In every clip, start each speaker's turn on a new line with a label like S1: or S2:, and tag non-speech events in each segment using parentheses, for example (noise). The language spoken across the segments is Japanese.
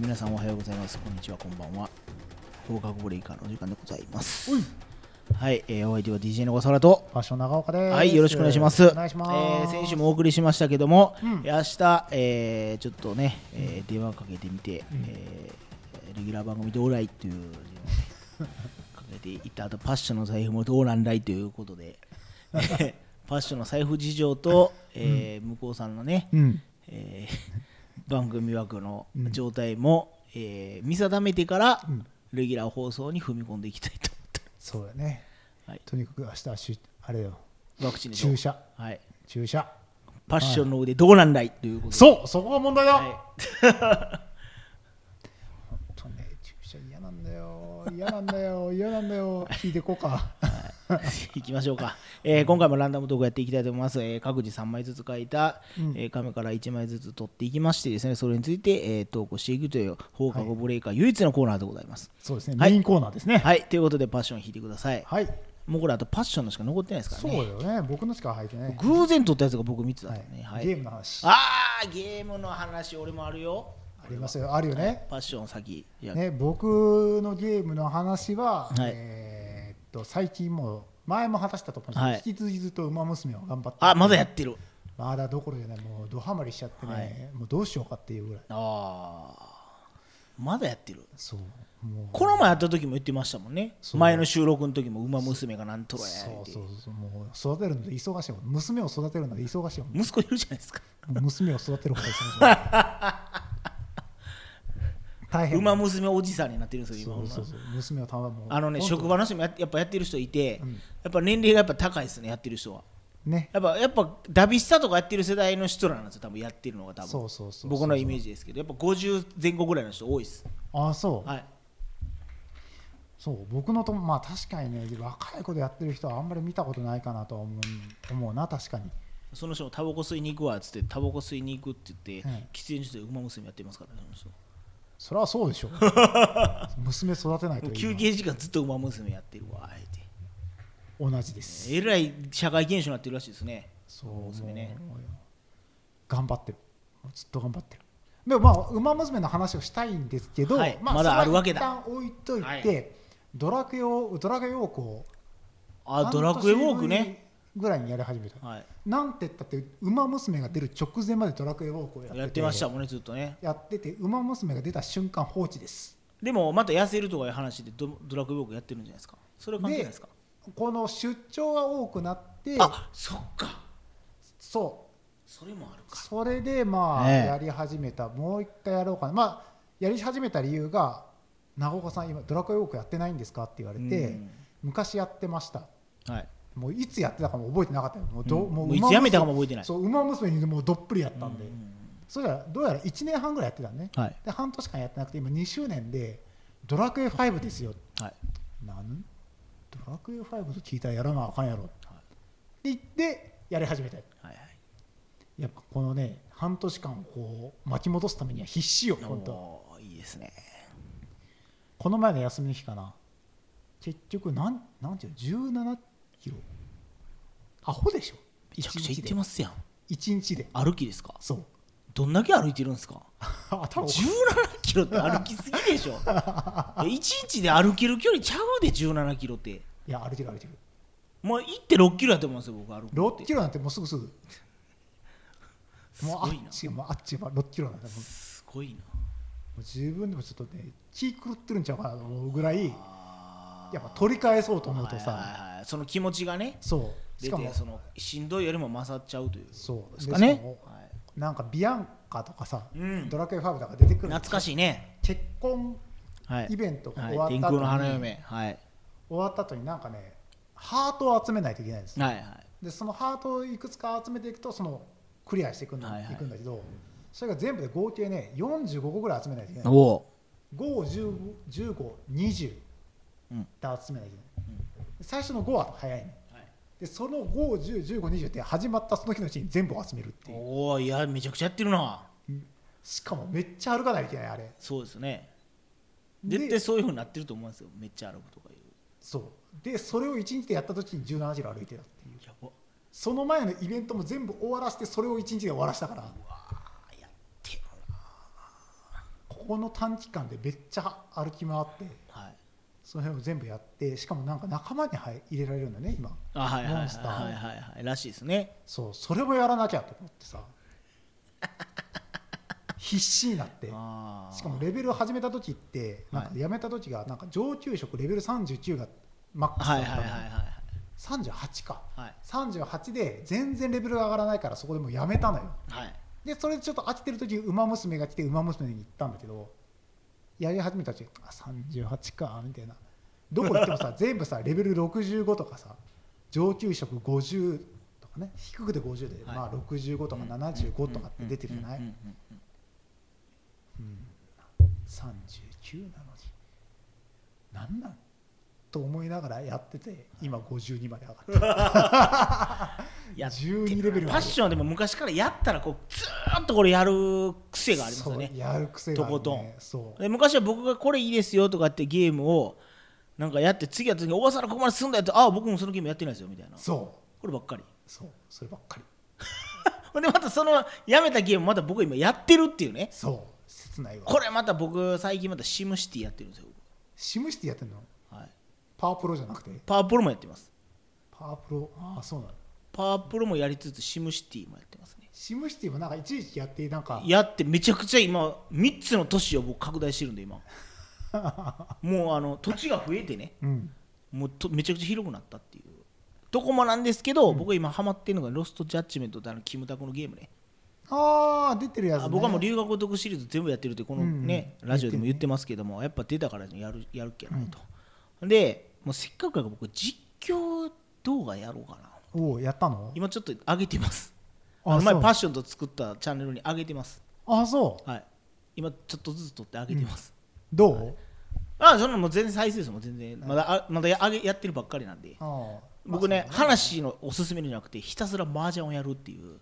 S1: 皆さんおはようございます。こんにちは、こんばんは。放課後ブレイカーのお時間でございます。はい、えーお相手は DJ の小沢と。
S2: ファッション長岡です。
S1: はい、よろしくお願いします。
S2: お願いします。
S1: えー先週もお送りしましたけども、
S2: うん
S1: えー明日、えーちょっとね、えー電話かけてみて、
S2: うん
S1: えーレギュラー番組どうらいっていうのをねかけていった後、パッションの財布もどうなんだいということで、え
S2: (laughs)
S1: ーパッションの財布事情と、えー向こうさんのね、
S2: うん。
S1: えー番組枠の状態も、えー見定めてから、
S2: うん
S1: レギュラー放送に踏み込んでいきたいと思って
S2: そうだね。
S1: はい
S2: とにかく明日しあれだよ。
S1: ワクチンでしょ
S2: 注射
S1: はい、
S2: 注射。
S1: パッションの腕どうなんだいということで
S2: そうそこが問題だ。
S1: はい
S2: 本当ね注射嫌なんだよ嫌なんだ
S1: (laughs)
S2: よ嫌なんだよ聞いてこうか。
S1: い (laughs) きましょうか、えー今回もランダムトークやっていきたいと思います、えー各自3枚ずつ書いた、
S2: うん
S1: えー紙から1枚ずつ取っていきましてですねそれについて、えートークしていくという放課後ブレイカー唯一のコーナーでございます
S2: そうですね。
S1: はい
S2: メインコーナーですね。
S1: はいということでパッション引いてください
S2: はい。
S1: もうこれあとパッションのしか残ってないですから
S2: そう
S1: ね
S2: だよね。僕のしか入ってない。
S1: 偶然取ったやつが僕3つだっ
S2: は
S1: たね、はい
S2: い。ゲームの話。あ
S1: あーゲームの話俺もあるよ
S2: りますよあるよね。
S1: パッション先いや、
S2: ね僕のゲームの話は、
S1: はい
S2: えーっと最近もう前も話したと思うんですけど、
S1: はい
S2: 引き続きずっと馬娘を頑張って。
S1: あまだやってる
S2: まだどころじゃない、もうドハマりしちゃってね、
S1: はい
S2: もうどうしようかっていうぐらい、
S1: あーまだやってる
S2: そう、もう、
S1: この前やった時も言ってましたもんね
S2: そう
S1: 前の収録の時も「ウマ娘がなんとろや」
S2: そ
S1: 言う
S2: う
S1: て
S2: そうそう、もう育てるので忙しいもん、娘を育てるので忙しいもん、
S1: 息子いるじゃないですか (laughs)
S2: もう娘を育てることですね。大
S1: ウ
S2: 変
S1: マ娘おじさんになってるんですよ
S2: そ
S1: 今
S2: うそうそう、娘をたまもう
S1: あのね
S2: 本当
S1: 職場の人もややっぱやってる人いて、
S2: うん
S1: やっぱ年齢がやっぱ高いですねやってる人は
S2: ね、
S1: やっぱやっぱダビスタとかやってる世代の人らなんですよ多分やってるのが多分
S2: そうそうそうそう
S1: 僕のイメージですけどやっぱ50前後ぐらいの人多いです
S2: ああ、そう、
S1: はい
S2: そう、僕のとも、まあ確かにね、若い子でやってる人はあんまり見たことないかなとは思う思うな、確かに。
S1: その人もタバコ吸いに行くわっつってタバコ吸いに行くって言って、
S2: うん
S1: 喫煙所で馬娘やってますからねその人
S2: それはそう
S1: (laughs)
S2: でしょう。娘育てないと
S1: もう
S2: 今
S1: 休憩時間ずっと馬娘やってるわあえて
S2: 同じです。
S1: えらい社会現象になってるらしいですね
S2: そう
S1: 馬娘ね
S2: もう頑張ってるもうずっと頑張ってるでもまあ「ウマ娘」の話をしたいんですけど、
S1: はい
S2: あ
S1: まだあるわけだ
S2: それは一旦置いといて、
S1: はい
S2: ドラクエをドラクエウォークを
S1: あドラクエウォークね
S2: 半年ぶりぐらいにやり始めた、
S1: はい
S2: なんて言ったって「ウマ娘」が出る直前までドラクエウォークをやってて
S1: やってましたもんねずっとね
S2: やってて「ウマ娘」が出た瞬間放置です
S1: でもまた痩せるとかいう話でドドラクエウォークやってるんじゃないですかそれは関係ないですか
S2: この出張が多くなって
S1: あそっか
S2: そう
S1: それもあるか
S2: それでまあ
S1: ねえ
S2: やり始めた、もう一回やろうかな、まあ、やり始めた理由が「長岡さん今ドラクエウォークやってないんですか?」って言われて、
S1: うん
S2: 昔やってました
S1: はい
S2: もういつやってたかも覚えてなかったよもうど、
S1: うん
S2: も
S1: もういつ
S2: 馬娘
S1: やめたかも覚えてない
S2: そう馬娘にもうどっぷりやったんで、
S1: うん
S2: そしたらどうやら1年半ぐらいやってたね、
S1: はい
S2: で半年間やってなくて今2周年で「ドラクエ5ですよ」
S1: はい
S2: なんドラクエ5と聞いたらやらなあかんやろって言ってやり始めたよ
S1: はいはい
S2: やっぱこのね半年間をこう巻き戻すためには必死よ本当
S1: おーいいですね
S2: この前の休みの日かな結局なんなんていうの17キロアホでしょ
S1: めちゃくちゃ
S2: 一
S1: 行っ
S2: 日
S1: て
S2: で
S1: ますやん
S2: 一日で
S1: 歩きですか
S2: そう
S1: どんだけ歩いてるんですか
S2: 頭おかしい
S1: 17キロって歩きすぎでし
S2: (laughs)
S1: ょ1日で歩ける距離ちゃうで17キロって
S2: いや歩いてる歩いてる
S1: もう1.6キロやと思うんですよ僕歩くのって
S2: 6キロなんてもうすぐすぐ
S1: す
S2: もうあ
S1: ごい
S2: っ
S1: な
S2: ちもうあっちは6キロなんてもうも
S1: すごいな
S2: う自分でもちょっとね気狂ってるんちゃうかなと思うぐらい
S1: あー
S2: やっぱ取り返そうと思うと
S1: はい
S2: さ
S1: はいはいその気持ちがね
S2: そうし
S1: 出
S2: かも
S1: てそのしんどいよりも勝っちゃうという
S2: そう
S1: ですかね
S2: でしかもなんかビアンカとかさ、
S1: うん
S2: ドラクエ5とか出てくる
S1: 懐かしいね
S2: 結婚
S1: はい
S2: イベントが終わ
S1: は
S2: っ
S1: い
S2: た
S1: 天空
S2: 後に、
S1: の花嫁はい
S2: 終わった後になんかねハートを集めないといけないんです
S1: はいは
S2: でそのハートをいくつか集めていくとそのクリアしていくんだ,、
S1: はいはい
S2: いくんだけどそれが全部で合計ね45個ぐらい集めないといけ
S1: い
S2: ない
S1: おお
S2: 51520って
S1: うん
S2: 集めないといけない、最初の5は早いねでその5101520って始まったその日のうちに全部を集めるっていう
S1: おーいやめちゃくちゃやってるな
S2: しかもめっちゃ歩かないといけないあれ
S1: そうですね
S2: で
S1: 絶対そういうふうになってると思うんですよめっちゃ歩くとかいう
S2: そうでそれを1日でやった時に17キロ歩いてたっていう
S1: やばう
S2: その前のイベントも全部終わらせてそれを1日で終わらせたから
S1: わーやってるな
S2: ここの短期間でめっちゃ歩き回って
S1: はい
S2: その辺を全部やってしかもなんか仲間に入入れられるんだね今
S1: あはいはいは
S2: モ
S1: い
S2: ンスター
S1: はいはいはいらしいですね
S2: そうそれもやらなきゃと思っ
S1: (laughs)
S2: てさ必死になって
S1: あー
S2: しかもレベル始めた時ってなんか
S1: はい
S2: やめた時がなんか上級職レベル39がマックスだ
S1: はい
S2: っ
S1: はい
S2: た
S1: はい
S2: の
S1: はい
S2: 38か
S1: はい
S2: 38で全然レベルが上がらないからそこでもうやめたのよ
S1: はい
S2: でそれでちょっと飽きてる時に馬娘が来て馬娘に行ったんだけどやり始めた時あ38かみたいなどこ行っても
S1: (laughs)
S2: さ全部さレベル65とかさ上級職50とかね低くて50で、
S1: はい
S2: まあ65とか75とかって出てるじゃない
S1: うんうんうんうん
S2: うん39なのになんなんと思いながらやってて今52まで上がった
S1: うん (laughs) やっ
S2: 12レベル
S1: パッションはでも昔からやったらこうずーっとこれやる癖がありますよね
S2: そうやる癖がある、
S1: とこ
S2: ね、
S1: とん
S2: そう
S1: で昔は僕がこれいいですよとかってゲームをなんかやって次やった時に「小笠原ここまで進んだよ」って「ああ僕もそのゲームやってないですよ」みたいな
S2: そう
S1: こればっかり
S2: そうそればっかり
S1: ほんでまたそのやめたゲームまた僕今やってるっていうね
S2: そう切ないわ
S1: これまた僕最近またシムシティやってるんですよ、
S2: シムシティやってんの
S1: はい、
S2: パワープロじゃなくて
S1: パワープロもやってます
S2: パワープロああそうなの
S1: パワープロもやりつつシムシティもやってますね
S2: シムシティもなんか一時期やってなんか
S1: やってめちゃくちゃ今3つの都市を僕拡大してるんで今もうあの土地が増えてね
S2: (laughs) うん
S1: もうとめちゃくちゃ広くなったっていうとこもなんですけど、僕今ハマってるのが「ロスト・ジャッジメント」ってあのキムタクのゲームね
S2: ああ出てるやつ、ね、
S1: あ僕はもう留学ごとくシリーズ全部やってるってこのね、
S2: うんうん
S1: ラジオでも言ってますけども、やっぱ出たからやるやるっけやないと、でもうせっかくやから僕実況動画やろうかな
S2: おおやったの
S1: 今ちょっと上げてますあ
S2: あ
S1: の前
S2: そう
S1: パッションと作ったチャンネルに上げてます
S2: あそう
S1: はい今ちょっとずつ撮って上げてます、
S2: どう、
S1: あそんなもう全然再生数も全然まだあまだや上げやってるばっかりなんで
S2: ああ
S1: 僕ね話のおすすめじゃなくてひたすら麻雀をやるっていう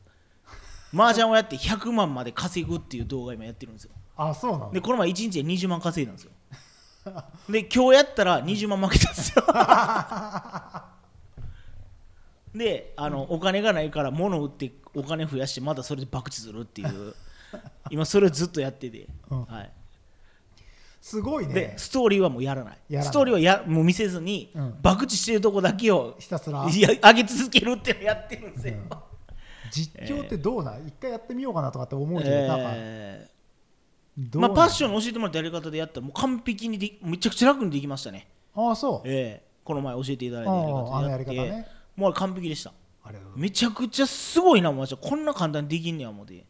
S1: 麻雀をやって100万まで稼ぐっていう動画今やってるんですよ
S2: あそうなの
S1: でこの前1日で20万稼いだんですよで今日やったら20万負けたんですよ (laughs) であの、お金がないから物を売ってお金増やしてまたそれで博打するっていう今それをずっとやってて、
S2: うん
S1: はい、
S2: すごい
S1: で
S2: ね
S1: ストーリーはもうやらない
S2: やらない
S1: ストーリーはやもう見せずに、
S2: うん
S1: 博打してるとこだけを
S2: ひたすら
S1: いや上げ続けるっていうのやってるんですよ、
S2: うん実況ってどうなん、一回やってみようかなとかって思うけど、なんか
S1: えー
S2: どう
S1: ま
S2: な
S1: あ、
S2: ん
S1: パッションの教えてもらったやり方でやったらもう完璧にでめちゃくちゃ楽にできましたね
S2: ああそう、
S1: ええこの前教えていただいた
S2: あああの
S1: や
S2: や
S1: り
S2: り
S1: 方
S2: 方
S1: でやって、
S2: ね
S1: もうあれ完璧でした
S2: あれは
S1: めちゃくちゃすごいなもうこんな簡単にできんねやもうで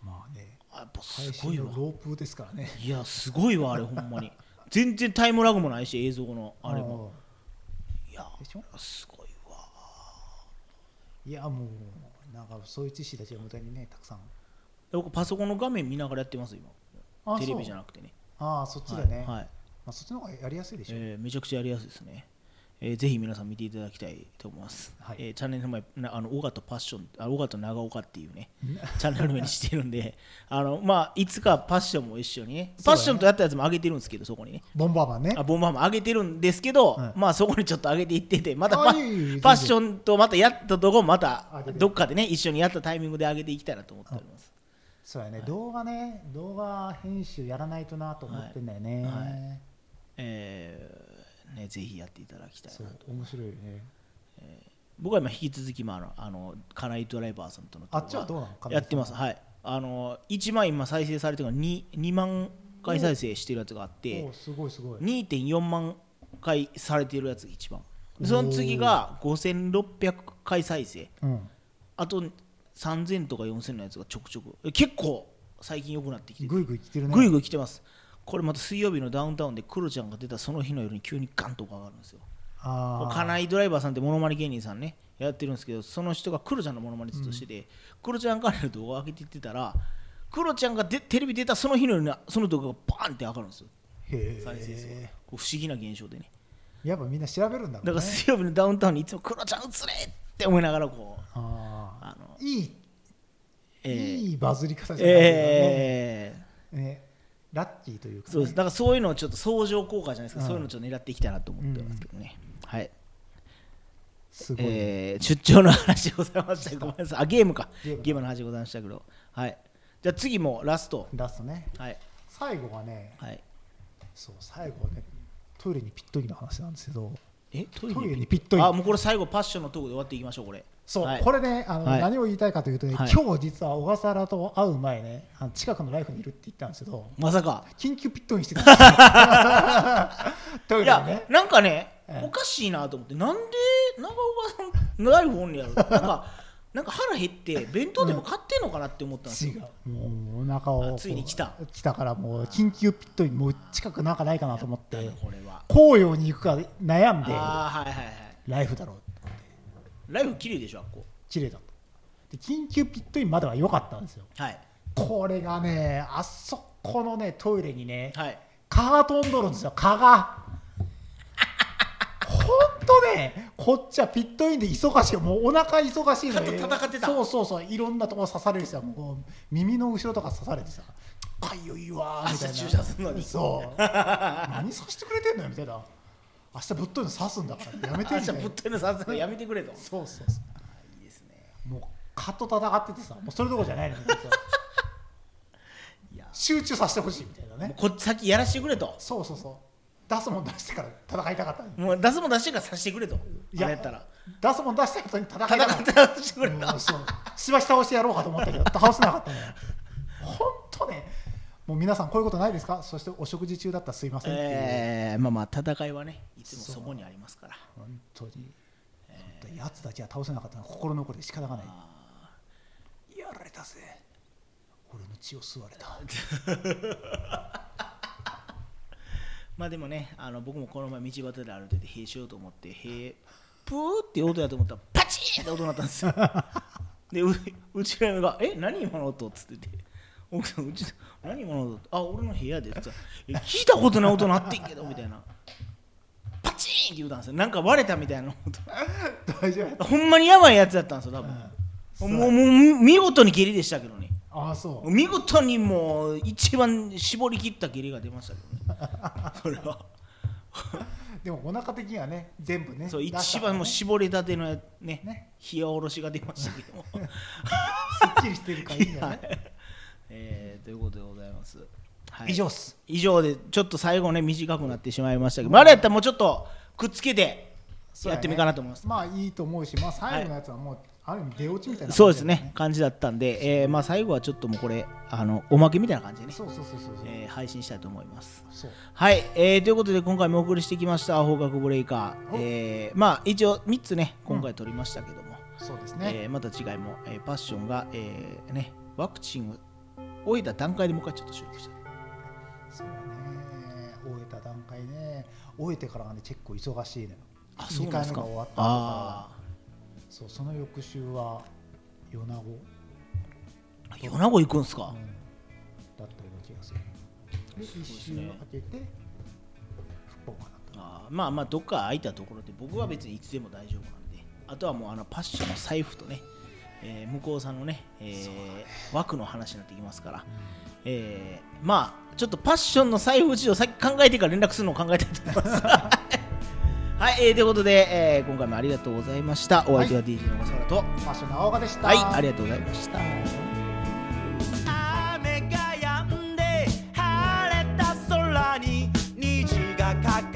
S2: まあね
S1: あやっぱす
S2: 最
S1: ご
S2: 新
S1: い
S2: の
S1: わ
S2: ロープですからね
S1: いやすごいわあれほんまに全然タイムラグもないし映像のあれもいや
S2: でしょ
S1: すごいわ
S2: いやもうなんかそういう知識たちが無駄にねたくさん
S1: 僕パソコンの画面見ながらやってます
S2: あ
S1: 今テレビじゃ
S2: な
S1: なくてね
S2: ああそっちだね、
S1: はい、はい
S2: まあ、そっちの方がやりやすいでしょ、
S1: えーめちゃくちゃやりやすいですね、えーぜひ皆さん見ていただきたいと思います、
S2: はい
S1: えーチャンネルの名前なあの尾形パッションあ尾形長岡っていうねチャンネル名にしてるんであの、まあ、いつかパッションも一緒にねパッションとやったやつも上げてるんですけどそこにね
S2: (laughs) ボンバーマンね
S1: あボンバーも上げてるんですけど、
S2: はい
S1: まあそこにちょっと上げていっててまたパ
S2: あいいいいいい全然
S1: パッションとまたやったとこまた
S2: 上げて
S1: どっかでね一緒にやったタイミングで上げていきたいなと思っております
S2: そうやね、動画ね動画編集やらないとなと思ってんだよ
S1: はい
S2: ね、
S1: はえーね、ぜひやっていただきたいなと
S2: そう面白いよね
S1: 僕は今引き続き、まあ、あのあのカナイドライバーさんとの
S2: あっちはどうなのかな
S1: やってますはいあの1万今再生されてるのが 2, 2万回再生してるやつがあっ
S2: お
S1: て
S2: うすごいすごい
S1: 2.4万回されてるやつが一番その次が5600回再生
S2: うん
S1: あと3000とか4000のやつがちょくちょく結構最近良くなってきてて
S2: ぐいぐい来てるね
S1: ぐいぐい来てますこれまた水曜日のダウンタウンでクロちゃんが出たその日の夜に急にガンと上がるんですよ
S2: ああ
S1: カナイドライバーさんってモノマネ芸人さんねやってるんですけどその人がクロちゃんのモノマネずっとしてて、クロちゃんからの動画を上げていってたらクロちゃんがでテレビ出たその日のようにその動画がバーンって上がるんですよ
S2: へ
S1: 再生数が
S2: え
S1: こう不思議な現象でね
S2: やっぱみんな調べるんだろうね
S1: だから水曜日のダウンタウンにいつもクロちゃん映れって思いながらこう
S2: あ
S1: (laughs) あの
S2: あいい、
S1: えー
S2: いいバズり方じゃないよね,、
S1: えー
S2: ねラッキーというかね、
S1: そうですだからそういうのをちょっと相乗効果じゃないですか、
S2: うん
S1: そういうのをちょっと狙っていきたいなと思ってますけどね、はい、
S2: すごい、
S1: えー出張の話でございましたごめんなさいあゲームかゲ
S2: ゲー
S1: ー
S2: ム
S1: ムの話でございましたけどはいじゃあ次もラスト
S2: ラストね
S1: はい
S2: 最後はね
S1: はい
S2: そう最後はねトイレにぴっとりの話なんですけど
S1: えト
S2: トイレに
S1: に
S2: ぴっとり
S1: あもうこれ最後パッションのトークで終わっていきましょうこれ
S2: そう、
S1: はい
S2: これねあの、
S1: はい
S2: 何を言いたいかというとね、
S1: はい
S2: 今日実は小笠原と会う前ねあの近くのライフにいるって言ったんですけど
S1: まさか
S2: 緊急ピットインしてたんですよトイ
S1: い
S2: レに
S1: や
S2: ね
S1: なんかね
S2: ええ
S1: おかしいなと思ってなんで長岡さんライフオンに
S2: (laughs)
S1: やるなんかなんか腹減って弁当でも買ってんのかなって思ったんです
S2: 違
S1: よ
S2: うもうお腹
S1: あ
S2: を
S1: ついに来た
S2: 来たからもう緊急ピットインもう近くなんかないかなと思って
S1: これは
S2: 紅葉に行くか悩んで
S1: ああはいはいはい
S2: ライフだろう
S1: ライフ綺麗でしょあっこ
S2: 綺麗だとで緊急ピットインまでは良かったんですよ
S1: はい
S2: これがねあそこのねトイレにね
S1: はい
S2: 蚊が飛んどるんですよ蚊が
S1: (laughs)
S2: ほんとねこっちはピットインで忙しいよもうお腹忙しいの
S1: 蚊と戦ってた
S2: そうそうそういろんなとこ刺されるしさもう耳の後ろとか刺されてさ「かゆいわ」みたいな
S1: 朝注射すんのに
S2: そ
S1: (laughs)
S2: う何刺してくれてんのよみたいな明日ぶっといの刺すんだからやめて
S1: あ
S2: み
S1: じ
S2: た
S1: ゃ
S2: い
S1: あぶ
S2: な
S1: ったいのさすがやめてく
S2: (laughs)
S1: れと
S2: そうそうそう
S1: いいですね
S2: もう蚊と戦っててさもうそれどころじゃない
S1: (laughs)
S2: のよ
S1: いや
S2: 集中させてほしいみたいな
S1: もう
S2: ね
S1: こっち先やらしてくれと
S2: そうそうそう出すもん出してから戦いたかった
S1: もう出すもん出してからさしてくれと
S2: い
S1: や
S2: や
S1: やったら
S2: 出すもん出したことに戦いた
S1: 戦
S2: か
S1: っ
S2: った
S1: らさしてくれと
S2: たうんそうしばし倒してやろうかと思ったけど倒せなかったね本当ねもう皆さんこういうことないですかそしてお食事中だったらすいませんっていう、
S1: えー、まあまあ戦いはねいつもそこにありますから
S2: 本当に、本当にやつだけは倒せなかったのは心残りで仕方がない
S1: あ
S2: やられたぜ俺の血を吸われた
S1: ーまあでもねあの僕もこの前道端で歩いてて塀しようと思って塀プーって音やと思ったらパチーンって音になったんですよでううちの嫁が「え何今の音?」っつってて「奥さんうち何今の音?」あ俺の部屋で」って言ったらえ聞いたことない音鳴ってんけど」みたいなパチーンって言うたんですよなんか割れたみたいな音
S2: 大丈夫やっ
S1: ほんまにやばいやつだったんですよ多分、
S2: た
S1: もうもう見事に蹴りでしたけどね
S2: ああそう
S1: 見事にもう一番絞り切った蹴りが出ましたけどねそれは
S2: でもお腹的にはね全部ね
S1: そう
S2: 出した
S1: 一
S2: から
S1: 番もう
S2: ね
S1: 絞りたてのね
S2: ね
S1: 冷やおろしが出ましたけども
S2: すっきりしてる (laughs) からいいんじゃ
S1: は
S2: ない
S1: い、 (laughs) えーということでございます、はい
S2: 以上っす
S1: 以上でちょっと最後ね短くなってしまいましたけどまだやったらもうちょっとくっつけて
S2: そう
S1: や
S2: や
S1: っ
S2: ね
S1: てみようかなと思います
S2: まあいいと思うし、まあ、最後のやつはもう、ある意味出落ちみたいな、
S1: そうですね。感じだったんで、えーまあ最後はちょっともうこれあのおまけみたいな感じでね、
S2: そうそうそうそうそう。
S1: えー配信したいと思います
S2: そう
S1: はい、えーということで今回もお送りしてきました「放課後ブレイカー」
S2: お
S1: えーまあ一応3つね今回取りましたけども、
S2: そうですね。
S1: えーまた違いも、えーパッションが、えーね、ワクチンを終えた段階でもう一回ちょっと収録した
S2: そうね。終えた段階ね、終えてからがね結構忙しいのよ。二回目が終わった後
S1: あ
S2: から、そうその翌週は米子、
S1: あー米子行くんす
S2: う
S1: か、
S2: んだったような気がする。で一週
S1: ね
S2: かけて福岡だった。
S1: あーまあまあどっか空いたところで僕は別にいつでも大丈夫なんであとはもうあのパッションの財布とね、えー向こうさんのね,、えー枠の話になってきますから、えーまあちょっとパッションの財布事情さっき考えてから連絡するのを考えたいと思い (laughs) ますはい、えーということで、えー今回もありがとうございましたお相手は DJ の小原と、
S2: 場所長岡でした。
S1: はい、ありがとうございました。
S3: 雨が止んで晴れた空に虹がかか